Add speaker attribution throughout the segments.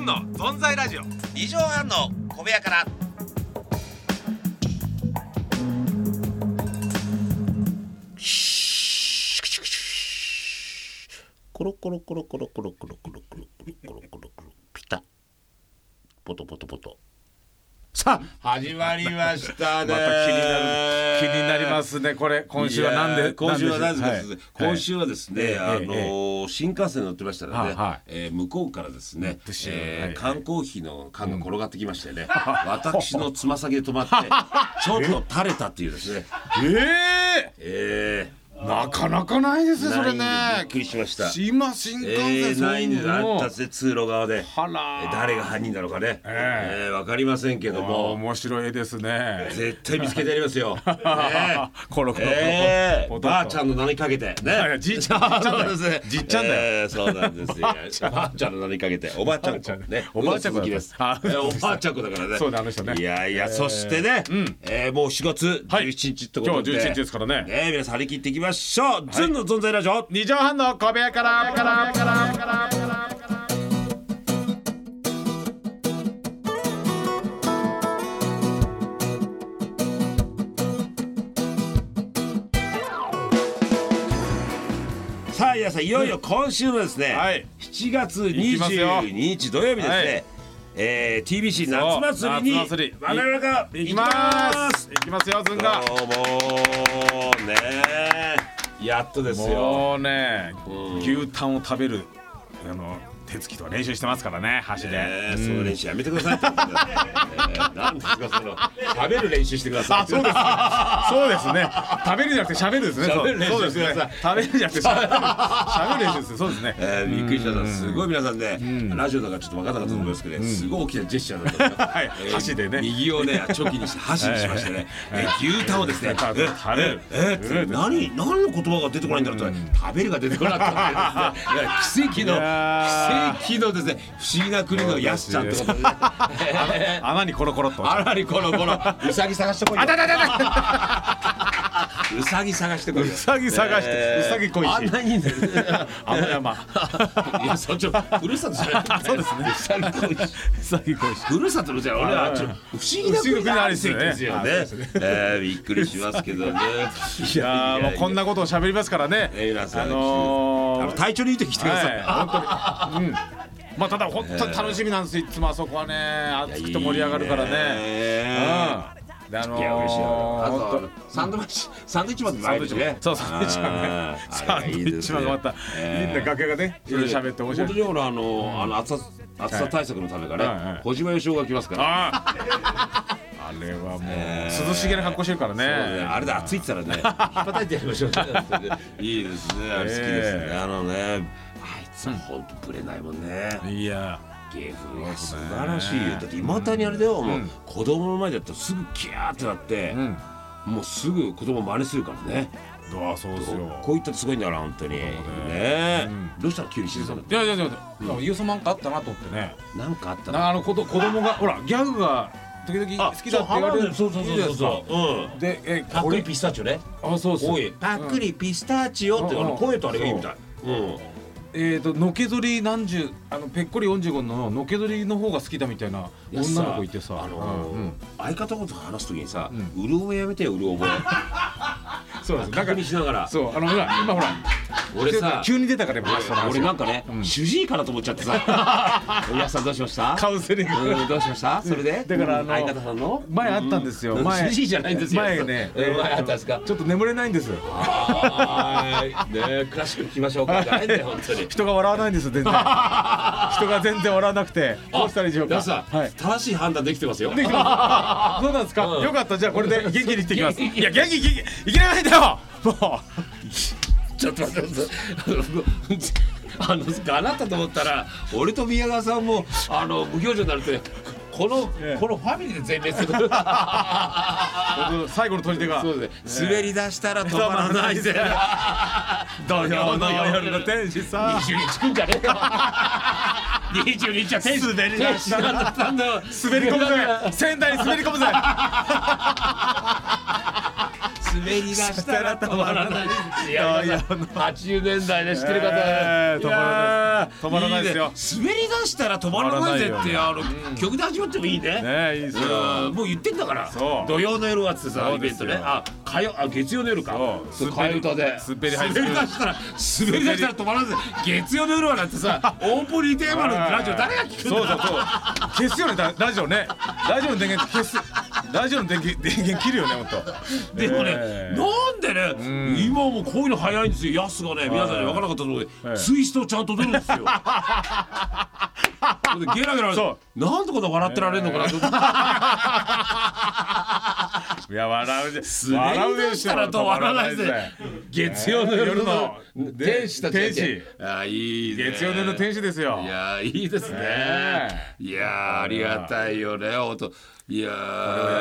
Speaker 1: の存在ラジオ
Speaker 2: 二畳半の小部屋から
Speaker 3: コロコロコロコロコロコロコロコロコロコロコロコロピタポトポトポト
Speaker 4: さあ始まりましたね
Speaker 1: また気になる気になりますねこれ今週はなん
Speaker 4: いや
Speaker 1: で
Speaker 4: ー今週は何ですか、
Speaker 1: しょうはい
Speaker 4: 今週はですね、
Speaker 1: ええ
Speaker 4: あの
Speaker 1: え
Speaker 4: ー新幹線乗ってましたらね、
Speaker 1: はいはい
Speaker 4: えー向こうからですね
Speaker 1: プッ、シュはいは
Speaker 4: え
Speaker 1: い
Speaker 4: ー、缶コーヒーの缶が転がってきましてね、私のつま先で止ま ってちょっと垂れたっていうですね
Speaker 1: え
Speaker 4: え
Speaker 1: えなかなかないです
Speaker 4: ー、
Speaker 1: ねそれね
Speaker 4: ないんでびっくりしました
Speaker 1: 今新幹
Speaker 4: え
Speaker 1: 線
Speaker 4: ー、
Speaker 1: そう
Speaker 4: ないん
Speaker 1: い
Speaker 4: で
Speaker 1: う
Speaker 4: すあ
Speaker 1: の
Speaker 4: ったぜ通路側で
Speaker 1: あらー
Speaker 4: 誰が犯人なのかね
Speaker 1: え
Speaker 4: えーわ、かりませんけど
Speaker 1: あー
Speaker 4: も
Speaker 1: 面白いですね
Speaker 4: 絶対見つけてやります よ。ねえ
Speaker 1: コロコロコロ
Speaker 4: ええ
Speaker 1: ポトッと
Speaker 4: ばあちゃんの名にかけて
Speaker 1: いや
Speaker 4: ね。
Speaker 1: じいちゃんじいちゃんだよ
Speaker 4: そうですね
Speaker 1: じいちゃんだよ
Speaker 4: ええそうなんですよ。ばあちゃんの名にかけておばあちゃん子ね。
Speaker 1: おばあちゃん子
Speaker 4: 宇野鈴木です。
Speaker 1: あ
Speaker 4: ええおばあちゃん子だからね。
Speaker 1: そうだあの人ね
Speaker 4: いやいやそしてねええもう4月17日ってことで。
Speaker 1: はい今日11日ですからね
Speaker 4: ええ皆さん張り切っていきましょう。ずんの存在ラジオ。
Speaker 1: 二畳半の小部屋からからからから
Speaker 4: さあ皆さんいよいよ今週のですね、
Speaker 1: はい
Speaker 4: 7月
Speaker 1: 行きますよ
Speaker 4: 22日土曜日ですね、
Speaker 1: はい
Speaker 4: えー TBC 夏祭りに
Speaker 1: 夏祭り
Speaker 4: 我々が
Speaker 1: 行
Speaker 4: 行
Speaker 1: き
Speaker 4: き
Speaker 1: ま
Speaker 4: ます
Speaker 1: す行きますよずんが
Speaker 4: どうもねやっとですよ
Speaker 1: もうね牛タンを食べるあの手つきとか練習してますからね箸
Speaker 4: え
Speaker 1: で
Speaker 4: ー、その練習やめてくださいって ことだね、えー、なんですかその喋る練習してください
Speaker 1: あそうですそうですね食べるじゃなくて喋るですね
Speaker 4: 喋る練習
Speaker 1: そうそうですね食べるじゃなくて喋る喋る練習ですそうですね
Speaker 4: えー、びっくりしたすごい皆さんね、ラジオだからちょっと分からなかったと思いますけど、ねすごい大きなジェスチャーだったと思います
Speaker 1: はい箸でね
Speaker 4: 右をねチョキにして箸にしましてね、えー牛タンをですね
Speaker 1: 食べる食べる
Speaker 4: えーって何何の言葉が出てこないんだろうって、食べるが出てこなかったってですねいや奇
Speaker 1: いや
Speaker 4: 跡の奇跡のですね不思議な国のやすちゃんってことで、ね、
Speaker 1: 穴にコロコロっと
Speaker 4: あらりこのこのうさぎ探してこいよ
Speaker 1: あだだだだ
Speaker 4: うさぎ探してこいよ
Speaker 1: うさぎ探して
Speaker 4: えー
Speaker 1: うさぎ恋し
Speaker 4: あんないいんだよね
Speaker 1: あの山
Speaker 4: いやそっちはふるさとじゃないそうですねうさぎ恋し
Speaker 1: うさぎ恋し
Speaker 4: ふるさとのじゃ俺はちょっと不思議な国があるんですよね。えーびっくりしますけどね。い
Speaker 1: いやーもうこん
Speaker 4: な。
Speaker 1: なことを喋りますからね
Speaker 4: えー皆さん
Speaker 1: あのー
Speaker 4: あの体調にいい時来てください。
Speaker 1: はい、本当に。うん。まあただ本当に楽しみなんですよ。いつもあそこはね、熱くて盛り上がるからね。うん。であのー
Speaker 4: いや嬉しいよ。あ
Speaker 1: 本
Speaker 4: と
Speaker 1: 当
Speaker 4: サンドイッチサンドイッチマンの前ですね。
Speaker 1: そうサンドイッチマンね
Speaker 4: あー
Speaker 1: サンドイッチマンがまた、みんな楽屋がね、いろいろ喋って面白
Speaker 4: 本当
Speaker 1: い。
Speaker 4: に俺あのあの暑さ暑さ対策のためか
Speaker 1: はいは
Speaker 4: ね
Speaker 1: い
Speaker 4: 小島よしおが来ますから。
Speaker 1: ああ。あれはもう、涼しげな格好してるからね。
Speaker 4: そうねあれだ暑いって言 ったらね引っ叩いてやりましょうねいいですねあれ好きですね、
Speaker 1: ええ
Speaker 4: あのねあいつはほんとぶれないもんね、
Speaker 1: いや
Speaker 4: 芸風が素晴らしいよだっていまだにあれだよ、もう子供の前だったらすぐキャーってなって、
Speaker 1: ん
Speaker 4: もうすぐ子供真似するからね
Speaker 1: ー、ああそうですよ。
Speaker 4: こういったってすごいんだから本当にねえどうしたら急に静かになっ
Speaker 1: いやいやいや、ユースマンかあったなと思ってね。
Speaker 4: たなんかあった
Speaker 1: なんかあの子ど子供がほらギャグが時々好きだって言われる。
Speaker 4: そうそうそうそうそううん
Speaker 1: いいですか。でえ
Speaker 4: パ
Speaker 1: こ
Speaker 4: クリ
Speaker 1: れ
Speaker 4: ピスタチオね
Speaker 1: あそうそう。
Speaker 4: おいパクリピスタチオってあ
Speaker 1: うんう
Speaker 4: の
Speaker 1: ん
Speaker 4: 声とあれがいいみたいうん
Speaker 1: えー、とのけぞり何十あのぺっこり45ののけぞりの方が好きだみたいない
Speaker 4: や
Speaker 1: 女の子いてさ
Speaker 4: あのー
Speaker 1: うん
Speaker 4: 相方のこと話すときにさ、うる覚えやめてようる覚
Speaker 1: そうなん
Speaker 4: え
Speaker 1: です
Speaker 4: 確
Speaker 1: だか
Speaker 4: 認しながら
Speaker 1: らそうあのほら今ほら
Speaker 4: 俺さ
Speaker 1: 急に出たから今その話
Speaker 4: 俺なんかね、主治医かなと思っちゃって さおやさんどうしました
Speaker 1: カウンセリング
Speaker 4: うんどうしましたそれで
Speaker 1: だからあの
Speaker 4: 相方さんの
Speaker 1: 前あったんですよ
Speaker 4: うん
Speaker 1: 前
Speaker 4: 主治医じゃないんですよ
Speaker 1: 前ね
Speaker 4: うん前あったんですか
Speaker 1: ちょっと眠れないんです
Speaker 4: はいねえクラシック聞きましょうかじゃないんだよ本当に
Speaker 1: 人が笑わないんです 全然人が全然笑わなくてどうしたらいいでしょうか
Speaker 4: 皆さん、
Speaker 1: はい
Speaker 4: 正しい判断できてますよ
Speaker 1: できてますそうなんですか、
Speaker 4: うん
Speaker 1: よかったじゃあこれで元気に生きてい きますいや元気元気いけないんだよもう
Speaker 4: ちょっと待ってください。あの、あなたと思ったら、俺と宮川さんも、あの、無表情になるって。この、
Speaker 1: ええ
Speaker 4: このファミリーで全滅する。
Speaker 1: 僕最後の取り手が
Speaker 4: そうですね。滑り出したら止まらないぜ。
Speaker 1: 土曜の夜の天使 さ
Speaker 4: 二十日くんじゃねえよ。二十日は天使
Speaker 1: 滑り出した
Speaker 4: 天使だったん だよ。
Speaker 1: 滑り込むぜ仙台に滑り込むぜ
Speaker 4: 滑り出したら止まらない。いや、皆さん80年代で知ってる方
Speaker 1: えー止まらない止まらないですよ
Speaker 4: ね滑り出したら止まらないぜっていうあの曲で始まってもいいね。
Speaker 1: ねいいです
Speaker 4: うん
Speaker 1: よ
Speaker 4: もう言ってんだから
Speaker 1: そう
Speaker 4: 土曜の夜はっつってさ
Speaker 1: そ
Speaker 4: イ
Speaker 1: う
Speaker 4: ベ
Speaker 1: で
Speaker 4: ント
Speaker 1: すよ
Speaker 4: ねあ火曜あ月曜の夜か
Speaker 1: そう
Speaker 4: 替え歌で
Speaker 1: 滑り入って
Speaker 4: 滑り出したら滑り出したら止まらず月曜の夜はなんて さオープニングテーマのラジオ誰が聞くんだ
Speaker 1: そうそうそう消すよねだラジオねラジオの電源消すラジオの電源電源切るよね本当
Speaker 4: でもね、
Speaker 1: えー
Speaker 4: なんでね、
Speaker 1: ん
Speaker 4: 今もうこういうの早いんですよ。ヤスがね、皆さんに分からなかったと思うけど、ツイストちゃんと出るんです よ。それでゲラゲラ
Speaker 1: そ
Speaker 4: なんてこと笑ってられるのかなと思って、
Speaker 1: いや笑うで
Speaker 4: 滑り出したらと笑わない
Speaker 1: 笑う
Speaker 4: ぜ
Speaker 1: で。
Speaker 4: 月曜の夜の天使たちがいて
Speaker 1: 天。
Speaker 4: あーいいね。
Speaker 1: 月曜の夜の天使ですよ
Speaker 4: いやーいいですね。
Speaker 1: ね
Speaker 4: いやーありがたいよね。本当。いや
Speaker 1: や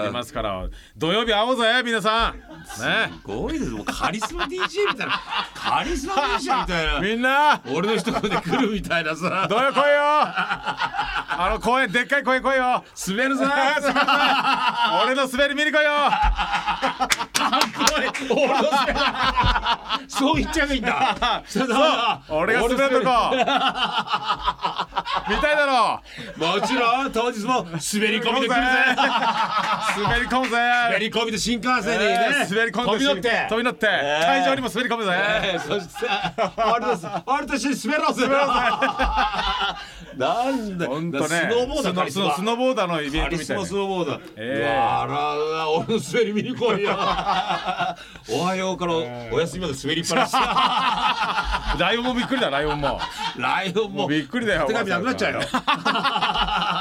Speaker 1: り
Speaker 4: ー。
Speaker 1: ますから土曜日会おうぜ皆さんね
Speaker 4: すごいです。もうカリスマ DJ みたいな。カリスマ DJ みたいな。
Speaker 1: みんな
Speaker 4: 俺の一声で来るみたいなさ
Speaker 1: 土曜来いよあの公園でっかい公園来いよ
Speaker 4: 滑るぞ
Speaker 1: あーすいま せん俺の滑り見に来いよ
Speaker 4: 俺の滑るそう言っちゃえばいいんだそう
Speaker 1: 俺が滑るとこ見たいだろ
Speaker 4: もちろん当日も滑り込みで来るぜ
Speaker 1: 滑り込むぜ
Speaker 4: 滑り込みで新幹線でね、
Speaker 1: えー滑り込んで
Speaker 4: 飛び乗って
Speaker 1: 飛び乗って
Speaker 4: ー
Speaker 1: 会場にも滑り込むぜ
Speaker 4: えーそして俺と俺と一緒に滑ろうぜなんだ
Speaker 1: 本当ね
Speaker 4: スノーボーダーカリ
Speaker 1: ス
Speaker 4: ス
Speaker 1: ノ
Speaker 4: マ
Speaker 1: スノーボーダーのイベン
Speaker 4: カ
Speaker 1: ト
Speaker 4: リ
Speaker 1: み
Speaker 4: ス
Speaker 1: たい
Speaker 4: マ
Speaker 1: な
Speaker 4: スノーボーダー、
Speaker 1: ええ
Speaker 4: うわあらら俺の滑り見に来い よおはようからお休みまで滑りっぱなし
Speaker 1: ライオンもびっくりだライオ ンも
Speaker 4: ライオンも
Speaker 1: びっくりだよ
Speaker 4: 手紙なくなっちゃうよ。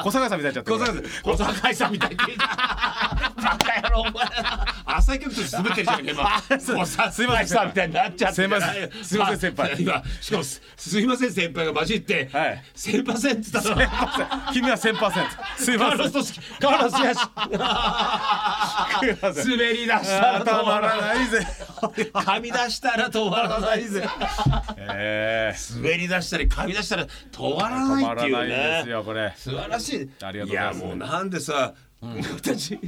Speaker 1: 小坂井さんみたいになっちゃ
Speaker 4: 小
Speaker 1: って
Speaker 4: 坂小坂井さんみたいに。バカ野郎お前。浅井局として滑ってるじゃん今。小坂井さんみたいになっちゃって。
Speaker 1: すいませんすいません先輩
Speaker 4: 今しかもすすいません先輩が混じって。
Speaker 1: はい
Speaker 4: 先輩せんって言ったら。
Speaker 1: 君は1000%すい
Speaker 4: カ
Speaker 1: ま
Speaker 4: ー
Speaker 1: せん
Speaker 4: ロスとしカーロスやし。滑り出したら
Speaker 1: た
Speaker 4: 止ま
Speaker 1: ま
Speaker 4: ら
Speaker 1: ら
Speaker 4: ない。
Speaker 1: ないぜ
Speaker 4: 噛み出したら止まらないぜ。
Speaker 1: ええ
Speaker 4: 滑り出したり噛み出したら止まら
Speaker 1: 止
Speaker 4: ない
Speaker 1: ま
Speaker 4: っ
Speaker 1: ら
Speaker 4: ていう
Speaker 1: ないん
Speaker 4: ね。
Speaker 1: ですよこれ
Speaker 4: 素晴らしい。
Speaker 1: ありがとうございます
Speaker 4: やもうなんでさ、僕たち
Speaker 1: い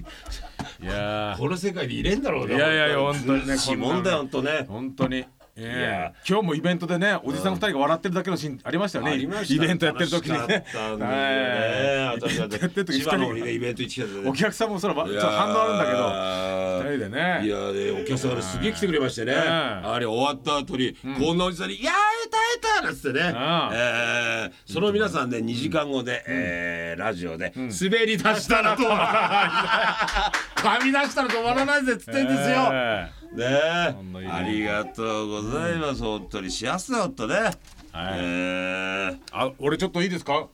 Speaker 1: やー
Speaker 4: この世界にいれんだろうね。
Speaker 1: いやいやいや本当にね
Speaker 4: 指紋だよ
Speaker 1: こ
Speaker 4: 本
Speaker 1: ん
Speaker 4: 当ね。
Speaker 1: 本当にえ
Speaker 4: や
Speaker 1: え今日もイベントでねおじさん二人が笑ってるだけのシーンありましたよね
Speaker 4: ありました
Speaker 1: イベントやってる時にね
Speaker 4: 楽しかったんだ
Speaker 1: は
Speaker 4: よね
Speaker 1: い
Speaker 4: 私だっ
Speaker 1: イベントやって
Speaker 4: て
Speaker 1: る時
Speaker 4: 千
Speaker 1: 一
Speaker 4: 葉の
Speaker 1: 人
Speaker 4: ねイベント行ってきたんだ
Speaker 1: お
Speaker 4: ね
Speaker 1: 客さんもそらばちょっと反応あるんだけど
Speaker 4: だ
Speaker 1: 二人でね
Speaker 4: いやでお客さんがすげえ来てくれましてね。
Speaker 1: ん
Speaker 4: あれ終わった後にこんなおじさんにいやー歌えたなんつってね。えーその皆さんね2時間後でえーラジオで滑り出したら止まらない。噛み出したら止まらないぜっつってんですよ。
Speaker 1: え
Speaker 4: ねえ
Speaker 1: んないいね
Speaker 4: ありがとうございます、本当に幸せだったね、
Speaker 1: はい
Speaker 4: えー
Speaker 1: えあ俺ちょっといいですか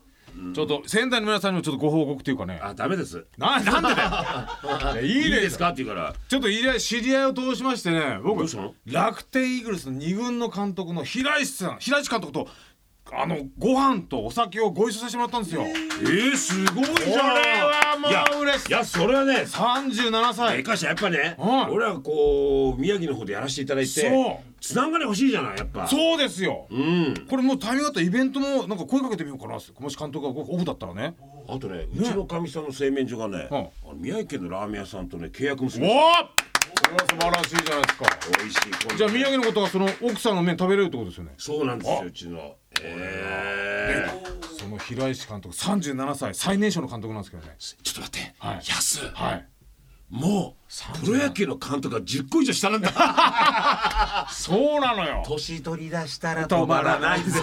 Speaker 1: ちょっと仙台の皆さんにもちょっとご報告というかね
Speaker 4: あダメです
Speaker 1: ななんでだ よいやい
Speaker 4: い
Speaker 1: い
Speaker 4: いで
Speaker 1: で
Speaker 4: すすかって言うから
Speaker 1: ちょっといや知り合いを通しましてね
Speaker 4: ど
Speaker 1: 僕
Speaker 4: うしたの
Speaker 1: 楽天イーグルスの2軍の監督の平石さん平石監督とあのご飯とお酒をご一緒させてもらったんですよ。
Speaker 4: えー、すごいじゃん
Speaker 1: これはもう嬉しい
Speaker 4: いやいやそれはね
Speaker 1: 37
Speaker 4: で
Speaker 1: 歳
Speaker 4: かいしやっぱね、
Speaker 1: はい
Speaker 4: 俺はこう宮城の方でやらせていただいて
Speaker 1: そう
Speaker 4: つながり欲しいじゃないやっぱ
Speaker 1: そうですよ、
Speaker 4: うん
Speaker 1: これもうタイミングあったらイベントもなんか声かけてみようかなもし監督がオフだったらね
Speaker 4: あとねうちのかみさんの製麺所がね、
Speaker 1: はい
Speaker 4: あの宮城県のラーメン屋さんとね契約結
Speaker 1: お
Speaker 4: び
Speaker 1: お
Speaker 4: ま
Speaker 1: こ
Speaker 4: し
Speaker 1: れ
Speaker 4: た
Speaker 1: は素晴らしいじゃないですか
Speaker 4: 美味しい今度
Speaker 1: じゃあ宮城のことはその奥さんの麺食べれるってことですよね
Speaker 4: そうなんですようちのえー
Speaker 1: その平石監督37歳最年少の監督なんですけどね
Speaker 4: ちょっと待って、
Speaker 1: はい
Speaker 4: 安
Speaker 1: はい
Speaker 4: もうプロ野球の監督が10個以上下なんだ
Speaker 1: そうなのよ
Speaker 4: 年取り出したら止まらないぜ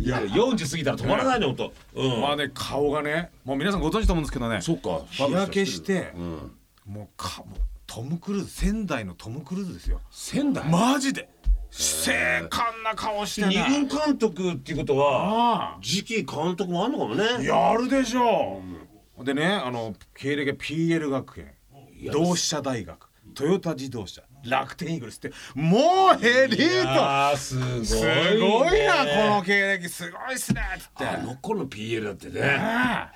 Speaker 4: いや40過ぎたら止まらないねほんとうん
Speaker 1: まあね顔がねもう皆さんご存知と思うんですけどね
Speaker 4: そうか
Speaker 1: 日焼けして、
Speaker 4: ん
Speaker 1: もうかもうトム・クルーズ仙台のトム・クルーズですよ
Speaker 4: 仙台
Speaker 1: マジで精悍な顔して
Speaker 4: 二
Speaker 1: ね
Speaker 4: 軍監督っていうことは
Speaker 1: あ
Speaker 4: 次期監督もあんのかも
Speaker 1: あ
Speaker 4: ね
Speaker 1: やるでしょう、でねあの経歴が PL 学園同志社大学トヨタ自動車楽天イーグルスってもうヘリート
Speaker 4: あーすごいね
Speaker 1: すごいなこの経歴すごいっすねっつって
Speaker 4: あの頃の PL だってね
Speaker 1: あ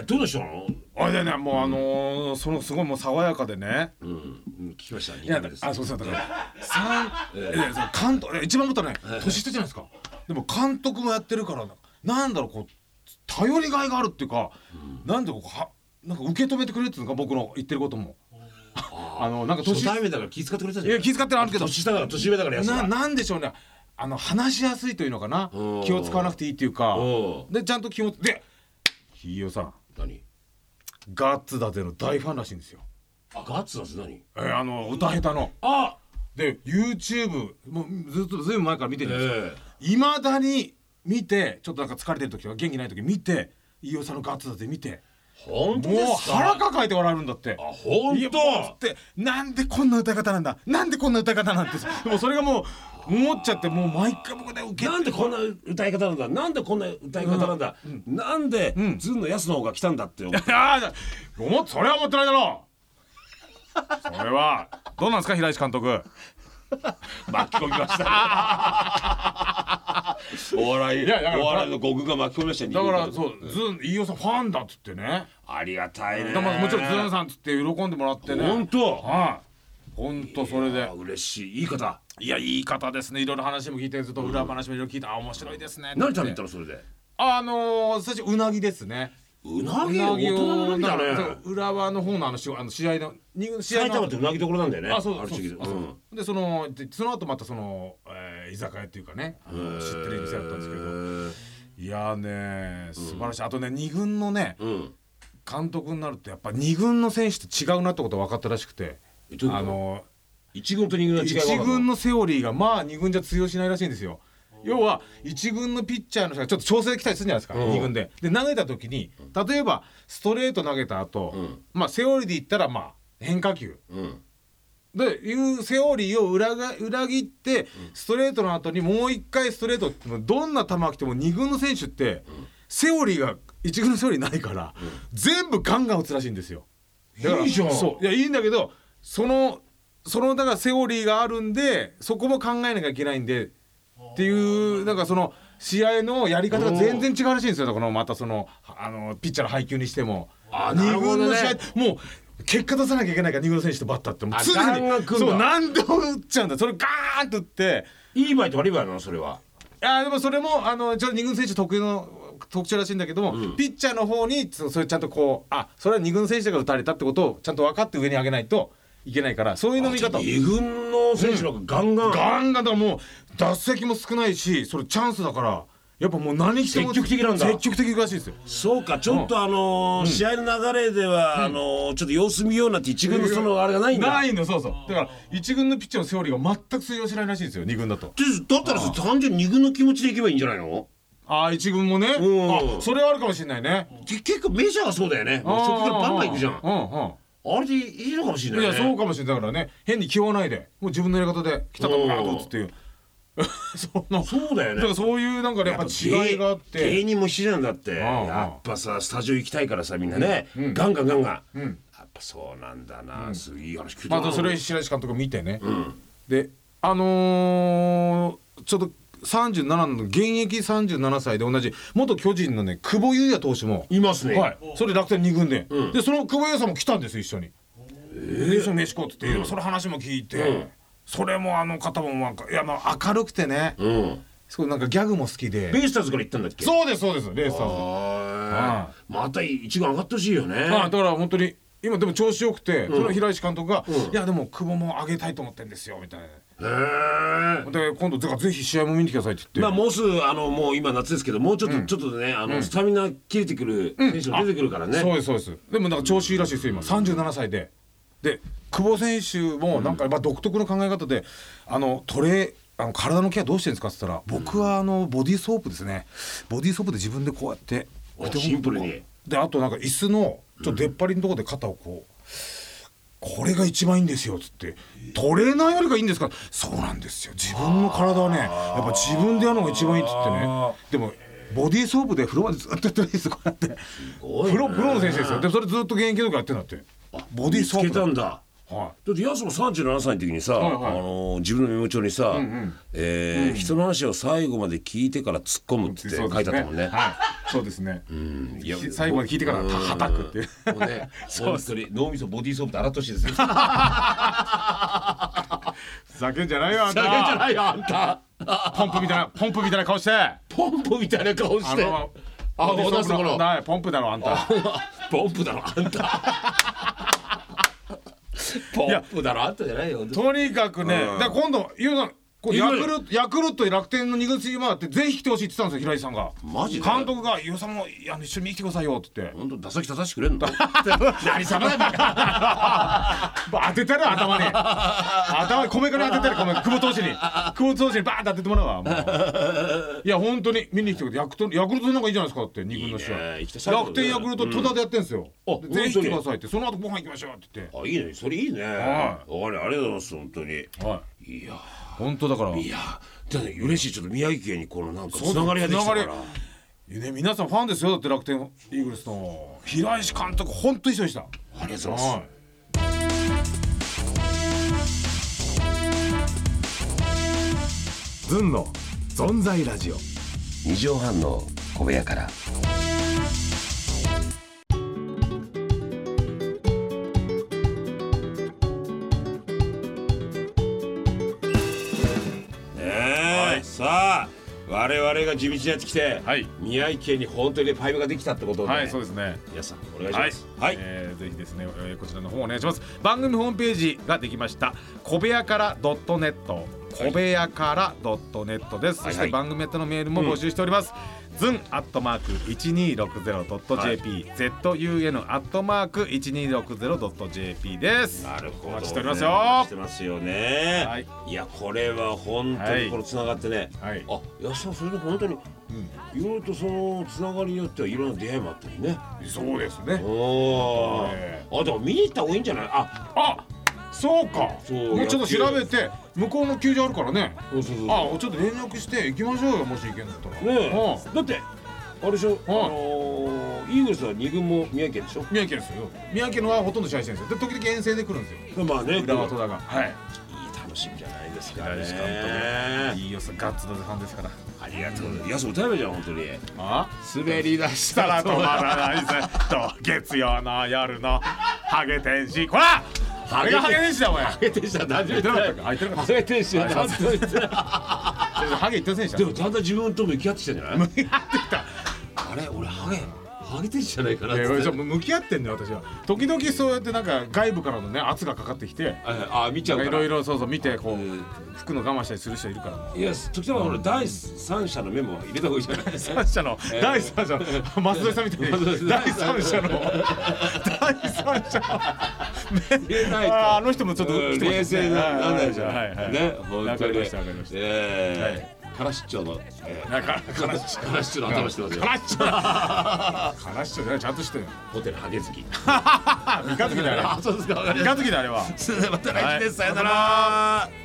Speaker 4: えーどうでしょう
Speaker 1: あれでねもうあのーそのすごいもう爽やかでね
Speaker 4: うんうん聞きました
Speaker 1: いや
Speaker 4: 2
Speaker 1: だ
Speaker 4: 回です
Speaker 1: あそうそうだから三いやその監督いや一番思ったのはね年下じゃないですかでも監督もやってるからなんだろうこう頼りがいがあるっていうかなんでこうはなんか受け止めてくれるっていうのか僕の言ってることも あのなんか年
Speaker 4: 初対面だから気遣ってくれた
Speaker 1: い
Speaker 4: じゃん
Speaker 1: や気遣ってのあるけど
Speaker 4: 年下だから年上だから安
Speaker 1: な
Speaker 4: 田
Speaker 1: なんでしょうねあの話しやすいというのかな
Speaker 4: うん
Speaker 1: 気を使わなくていいっていうか
Speaker 4: うん
Speaker 1: でちゃんと気持ちでひいよさん
Speaker 4: 何
Speaker 1: ガッツだぜの大ファンらしいんですよ、
Speaker 4: あガッツだぜ何
Speaker 1: えーあの歌下手の
Speaker 4: あ
Speaker 1: で YouTube もうずっとずいぶん前から見て
Speaker 4: え
Speaker 1: るんですよ
Speaker 4: え
Speaker 1: いま、だに見てちょっとなんか疲れてる時とか元気ない時見て飯尾さんのガッツだぜ見て
Speaker 4: 本当
Speaker 1: もう
Speaker 4: ですか
Speaker 1: 腹抱えて笑えるんだって
Speaker 4: あ本
Speaker 1: いやも
Speaker 4: 当
Speaker 1: うってなんでこんな歌い方なんだなんでこんな歌い方なんてさもうそれがもう思っちゃってもう毎回僕で受 け
Speaker 4: なんでこんな歌い方なんだなんでこんな歌い方なんだ、なんでずんのやすの方が来たんだって思う
Speaker 1: ああ、思っそれは思ってないだろう。それはどうなんですか平石 監督。
Speaker 4: 巻き込みました お笑い
Speaker 1: いやだから
Speaker 4: お笑いの語句が巻き込みましたね
Speaker 1: だからそうズン飯尾さんファンだっつってね。
Speaker 4: ありがたいね
Speaker 1: だからもちろんズンさんっつって喜んでもらってね。
Speaker 4: 本当
Speaker 1: はい。本当それで
Speaker 4: あ。嬉しいいい方
Speaker 1: いやいい方ですね。いろいろ話も聞いてずっと裏話もいろいろ聞いて、あ面白いですね。
Speaker 4: 何食べに行った
Speaker 1: の？
Speaker 4: のそれで
Speaker 1: あのー、最初うなぎですね。
Speaker 4: うな
Speaker 1: う
Speaker 4: ぎ大人のうなぎだ
Speaker 1: な
Speaker 4: ね
Speaker 1: んか浦和の方のあの試合あの試合のに試合
Speaker 4: 埼玉
Speaker 1: の
Speaker 4: ってうなぎどころなんだよね
Speaker 1: あそう
Speaker 4: る
Speaker 1: そう
Speaker 4: 地域
Speaker 1: そう
Speaker 4: で
Speaker 1: あそう
Speaker 4: うん
Speaker 1: でそのでその後またその、えー居酒屋っていうかねあの知ってる店だったんですけどいやーね素晴らしい、あとね二軍のね
Speaker 4: うん
Speaker 1: 監督になるとやっぱ二軍の選手と違うなってことが分かったらしくて
Speaker 4: えどういうこと
Speaker 1: あの
Speaker 4: 一軍と二軍の違いが分か
Speaker 1: 一
Speaker 4: るの
Speaker 1: 軍のセオリーがまあ二軍じゃ通用しないらしいんですよ。要は一軍のピッチャーの人がちょっと調整きたりするんじゃないですか
Speaker 4: うん
Speaker 1: 二軍で。で投げた時に例えばストレート投げた後、
Speaker 4: うん
Speaker 1: まあセオリーで言ったらまあ変化球。
Speaker 4: うん
Speaker 1: でいうセオリーを裏が裏切ってストレートの後にもう一回ストレートってのはどんな球が来ても二軍の選手ってセオリーが一軍のセオリーないから全部ガンガン打つらしいんですよ。だから
Speaker 4: いいじゃん
Speaker 1: そういやいいんだけどそのそのだからセオリーがあるんでそこも考えなきゃいけないんでっていうなんかその試合のやり方が全然違うらしいんですよだからこのまたそのあのピッチャーの配球にしても
Speaker 4: あなる
Speaker 1: 二
Speaker 4: ほど
Speaker 1: 軍
Speaker 4: ね
Speaker 1: の試合もう結果出さなきゃいけないから二軍の選手とバッターってもう
Speaker 4: あ
Speaker 1: 常
Speaker 4: ガンガン
Speaker 1: に
Speaker 4: 来んだ
Speaker 1: そう何度も打っちゃうんだそれガーンと打って
Speaker 4: いいバイト悪いバイトなのそれは
Speaker 1: あでもそれもあのちょっと二軍選手特有の特徴らしいんだけども、ピッチャーの方にそそれちゃんとこうあそれは二軍選手が打たれたってことをちゃんと分かって上に上げないといけないからそういう飲み方を
Speaker 4: 二軍の選手の方がガンガン
Speaker 1: ガンガンだからもう脱席も少ないしそれチャンスだからやっぱもう何しても
Speaker 4: 積極的なんだ
Speaker 1: 積極的らしいですよ。
Speaker 4: そうかちょっとあのー試合の流れでは、あのーちょっと様子見ようなんて一軍のそのあれがないんだ
Speaker 1: ないんだそうそうだから一軍のピッチャーのセオリーが全く通用しないらしいんですよ二軍だと
Speaker 4: でだったらさ単純に二軍の気持ちでいけばいいんじゃないの
Speaker 1: ああ一軍もね
Speaker 4: うん
Speaker 1: あそれはあるかもしれないね
Speaker 4: け結構メジャーはそうだよね
Speaker 1: あー
Speaker 4: 初期からバンバン行くじゃん
Speaker 1: うう
Speaker 4: あれでいいのかもしれ
Speaker 1: んうんい
Speaker 4: ない、
Speaker 1: や
Speaker 4: ね、
Speaker 1: そうかもしれないだからね変に気負わないでもう自分のやり方で来たとこから
Speaker 4: うん
Speaker 1: 打つっていう その
Speaker 4: そうだよ
Speaker 1: だ
Speaker 4: ね
Speaker 1: からそういうなんかねやっぱ違いがあっ
Speaker 4: 芸芸
Speaker 1: て
Speaker 4: 人も一緒なんだって
Speaker 1: んうん
Speaker 4: やっぱさスタジオ行きたいからさみんなね、ガンガンガンガン、やっぱそうなんだな、すげえいい話聞いた
Speaker 1: ま
Speaker 4: な
Speaker 1: あそれ白石監督見てねであのーちょっと37の現役37歳で同じ元巨人のね久保裕也投手も
Speaker 4: いますね、
Speaker 1: はい、それ楽天二軍で、でその久保優さんも来たんですよ一緒に、で一緒に飯食おうって言って、その話も聞いて、それもあの方もなんかいやまあ明るくてね、
Speaker 4: うん、
Speaker 1: すごいなんかギャグも好きで、
Speaker 4: ベイスターズから行ったんだっけ
Speaker 1: そうですそうですレースさんは
Speaker 4: はーいまた一番上がってほしいよね、
Speaker 1: いだから本当に今でも調子よくて、その平石監督が、いやでも久保も上げたいと思ってんですよみたいな
Speaker 4: へえ
Speaker 1: で今度だからぜひ試合も見に来てくださいって言
Speaker 4: まあ
Speaker 1: って、
Speaker 4: もうすぐあのもう今夏ですけどもうちょっと、ちょっとねあの、スタミナ切れてくる選手が出てくるからね、
Speaker 1: そうですそうですでもなんか調子いいらしいですよ今37歳でで久保選手もなんかやっぱ独特の考え方で、あのトレあの体のケアどうしてるんですかって言ったら僕はあのボディーソープですねボディーソープで自分でこうやって
Speaker 4: おシンプルに
Speaker 1: であとなんか椅子のちょっと出っ張りのところで肩をこう。これが一番いいんですよっつってトレーナーよりがいいんですかそうなんですよ自分の体はねやっぱ自分でやるのが一番いいっつってねでもボディーソープで風呂までずっとやってないですこうやって
Speaker 4: ごいね
Speaker 1: プロプロの選手ですよでもそれずっと現役の時やってんだってボディーソープ
Speaker 4: 見つけたんだ
Speaker 1: は
Speaker 4: だってヤスも37歳の時にさ、
Speaker 1: はいはい
Speaker 4: あのー自分のメモ帳にさ、えー人の話を最後まで聞いてから突っ込む」って
Speaker 1: い
Speaker 4: 書いてあったもんね。
Speaker 1: はいそうですね
Speaker 4: うんいや
Speaker 1: ひ最後まで聞いてから
Speaker 4: うん
Speaker 1: はたくっていう
Speaker 4: もう ね本当に脳みそボディーソープで洗ってほしいですよ。
Speaker 1: ふざけんじゃないよあん
Speaker 4: だけじゃ
Speaker 1: た
Speaker 4: ないよあんた
Speaker 1: ポンプみたいなポンプみたいな顔してあ
Speaker 4: ポンプみたいな顔して
Speaker 1: の
Speaker 4: あ
Speaker 1: ボディーソープの
Speaker 4: 出すところ
Speaker 1: ないポンプだろあんた
Speaker 4: ポンプだろあんたポップだろあったじゃないよ
Speaker 1: とにかくね、
Speaker 4: うん
Speaker 1: だから今度ゆうさんこう
Speaker 4: い
Speaker 1: ヤ
Speaker 4: ろい
Speaker 1: ク
Speaker 4: ろ
Speaker 1: ルトヤクルト楽天の二軍次回ってぜひ来てほしいって言ってたんですよ平井さんが
Speaker 4: マジで
Speaker 1: 監督が「ゆうさんもあの一緒に見に来てくださいよ」って言って
Speaker 4: 本当打席立たしてくれん の
Speaker 1: 何様だバカば当てたら頭に頭に米から当てたら米久保投手に久保投手にバーンって当ててもらうわもういや本当に見に来てくれヤクルトヤクルトなんかいいじゃないですかって二軍の試合
Speaker 4: いいね行きたい最後
Speaker 1: 楽天ヤクルト戸田でやってんですよ、
Speaker 4: うんあ
Speaker 1: でぜひ来てくださいってその後ご飯行きましょうって言って
Speaker 4: あいいねそれいいねわ
Speaker 1: は
Speaker 4: かるありがとうございます本当に
Speaker 1: はい
Speaker 4: いや
Speaker 1: 本当だから
Speaker 4: いやじゃあね嬉しいちょっと宮城県にこのなんかつながりができたか
Speaker 1: つな
Speaker 4: ら
Speaker 1: がね、皆さんファンですよだって楽天イーグルスの平石監督本当一緒でしたあ
Speaker 4: ありがとうございます
Speaker 5: ずんの存在ラジオ
Speaker 2: 二畳半の小部屋から
Speaker 4: ねえさあ我々が地道にやってきて
Speaker 1: はい
Speaker 4: 宮城県に本当にねパイプができたってことで
Speaker 1: はいそうですね
Speaker 4: 皆さんお願いしますはい
Speaker 1: えーぜひですね、えーこちらの方お願いします番組ホームページができました小部屋から .net 小部屋から .net です、
Speaker 4: はい
Speaker 1: そして番組宛てのメールも募集しております、ズンアットマーク 1260.jp、ZUN アットマーク 1260.jp です
Speaker 4: なるほど、ね、
Speaker 1: お待ちしておりますよ
Speaker 4: お待ちしてますよね、
Speaker 1: はい
Speaker 4: い、やこれは本当
Speaker 1: はい
Speaker 4: にこれつながってね、
Speaker 1: はい
Speaker 4: あいやそうそれで本当に、いろいろとそのつながりによってはいろんな出会いもあったりね
Speaker 1: そうですね
Speaker 4: おお、あでも見に行った方がいいんじゃないあ
Speaker 1: あそうか
Speaker 4: そう
Speaker 1: もうちょ
Speaker 4: 野
Speaker 1: っと
Speaker 4: 球
Speaker 1: 調べて向こうの球場あるからね
Speaker 4: そうそうそう
Speaker 1: あちょっと連絡して行きましょうよもし行けんだったら
Speaker 4: ねえ、
Speaker 1: う
Speaker 4: だってあれでしょ、あ
Speaker 1: はい
Speaker 4: のーイーグルスは二軍も宮城県でしょ
Speaker 1: ん宮城県ですよ宮城のはほとんど試合してるんですよで時々遠征で来るんですよ
Speaker 4: まあね
Speaker 1: 浦和
Speaker 4: こ
Speaker 1: 戸田がはい
Speaker 4: のいい楽しみじゃないですか
Speaker 1: 平
Speaker 4: ね
Speaker 1: 石監督いいよさガッツのファンですから
Speaker 4: ありがとうございますいやそう歌えばいいじゃん本当に
Speaker 1: あ
Speaker 4: 滑り出し
Speaker 1: したら止まらないぜと月曜の夜のハゲ天使こらハゲハゲ天使だお前
Speaker 4: ハゲ天使は何で言ってなかったか
Speaker 1: あ言ってなかった
Speaker 4: ハゲ天使は何で言ってなかっ
Speaker 1: ハゲ一点選手
Speaker 4: た
Speaker 1: だ
Speaker 4: でもだんだん自分とも 向き合ってきたんじゃない
Speaker 1: 向き合ってきた
Speaker 4: あれ俺ハゲハゲ天使じゃないかなっ
Speaker 1: い
Speaker 4: て
Speaker 1: やじゃあもう向き合ってんだよ私は時々そうやってなんか外部からのね圧がかかってきて
Speaker 4: ああ見ちゃうか
Speaker 1: い
Speaker 4: ら
Speaker 1: ろいろそうそう見てこ
Speaker 4: うん
Speaker 1: う服の我慢したりする人いるから
Speaker 4: いや時たま俺第三者のメモは入れた方がいいじゃないですか
Speaker 1: 第三者の、
Speaker 4: えー
Speaker 1: 第三者の松戸さんみたいに
Speaker 4: 松戸さん
Speaker 1: 第三者の第三者の
Speaker 4: 入れないと
Speaker 1: ああの人もちょっと
Speaker 4: うん
Speaker 1: 来てま
Speaker 4: 冷
Speaker 1: したね
Speaker 4: 静ななんないじゃん、
Speaker 1: はいはい
Speaker 4: ね本当に
Speaker 1: わかりましたわかりました
Speaker 4: ええカラシッチョのええ
Speaker 1: なんか
Speaker 4: カラシッチョの頭してますよ
Speaker 1: カラッチョカラッチョじゃないちゃんとしてる
Speaker 4: ホテルハゲ好き
Speaker 1: あ三日月だよあれ
Speaker 4: そうですかわかりま
Speaker 1: 三
Speaker 4: した
Speaker 1: 日月だよあれは
Speaker 4: それではまた来週です、
Speaker 1: はい
Speaker 4: さよなら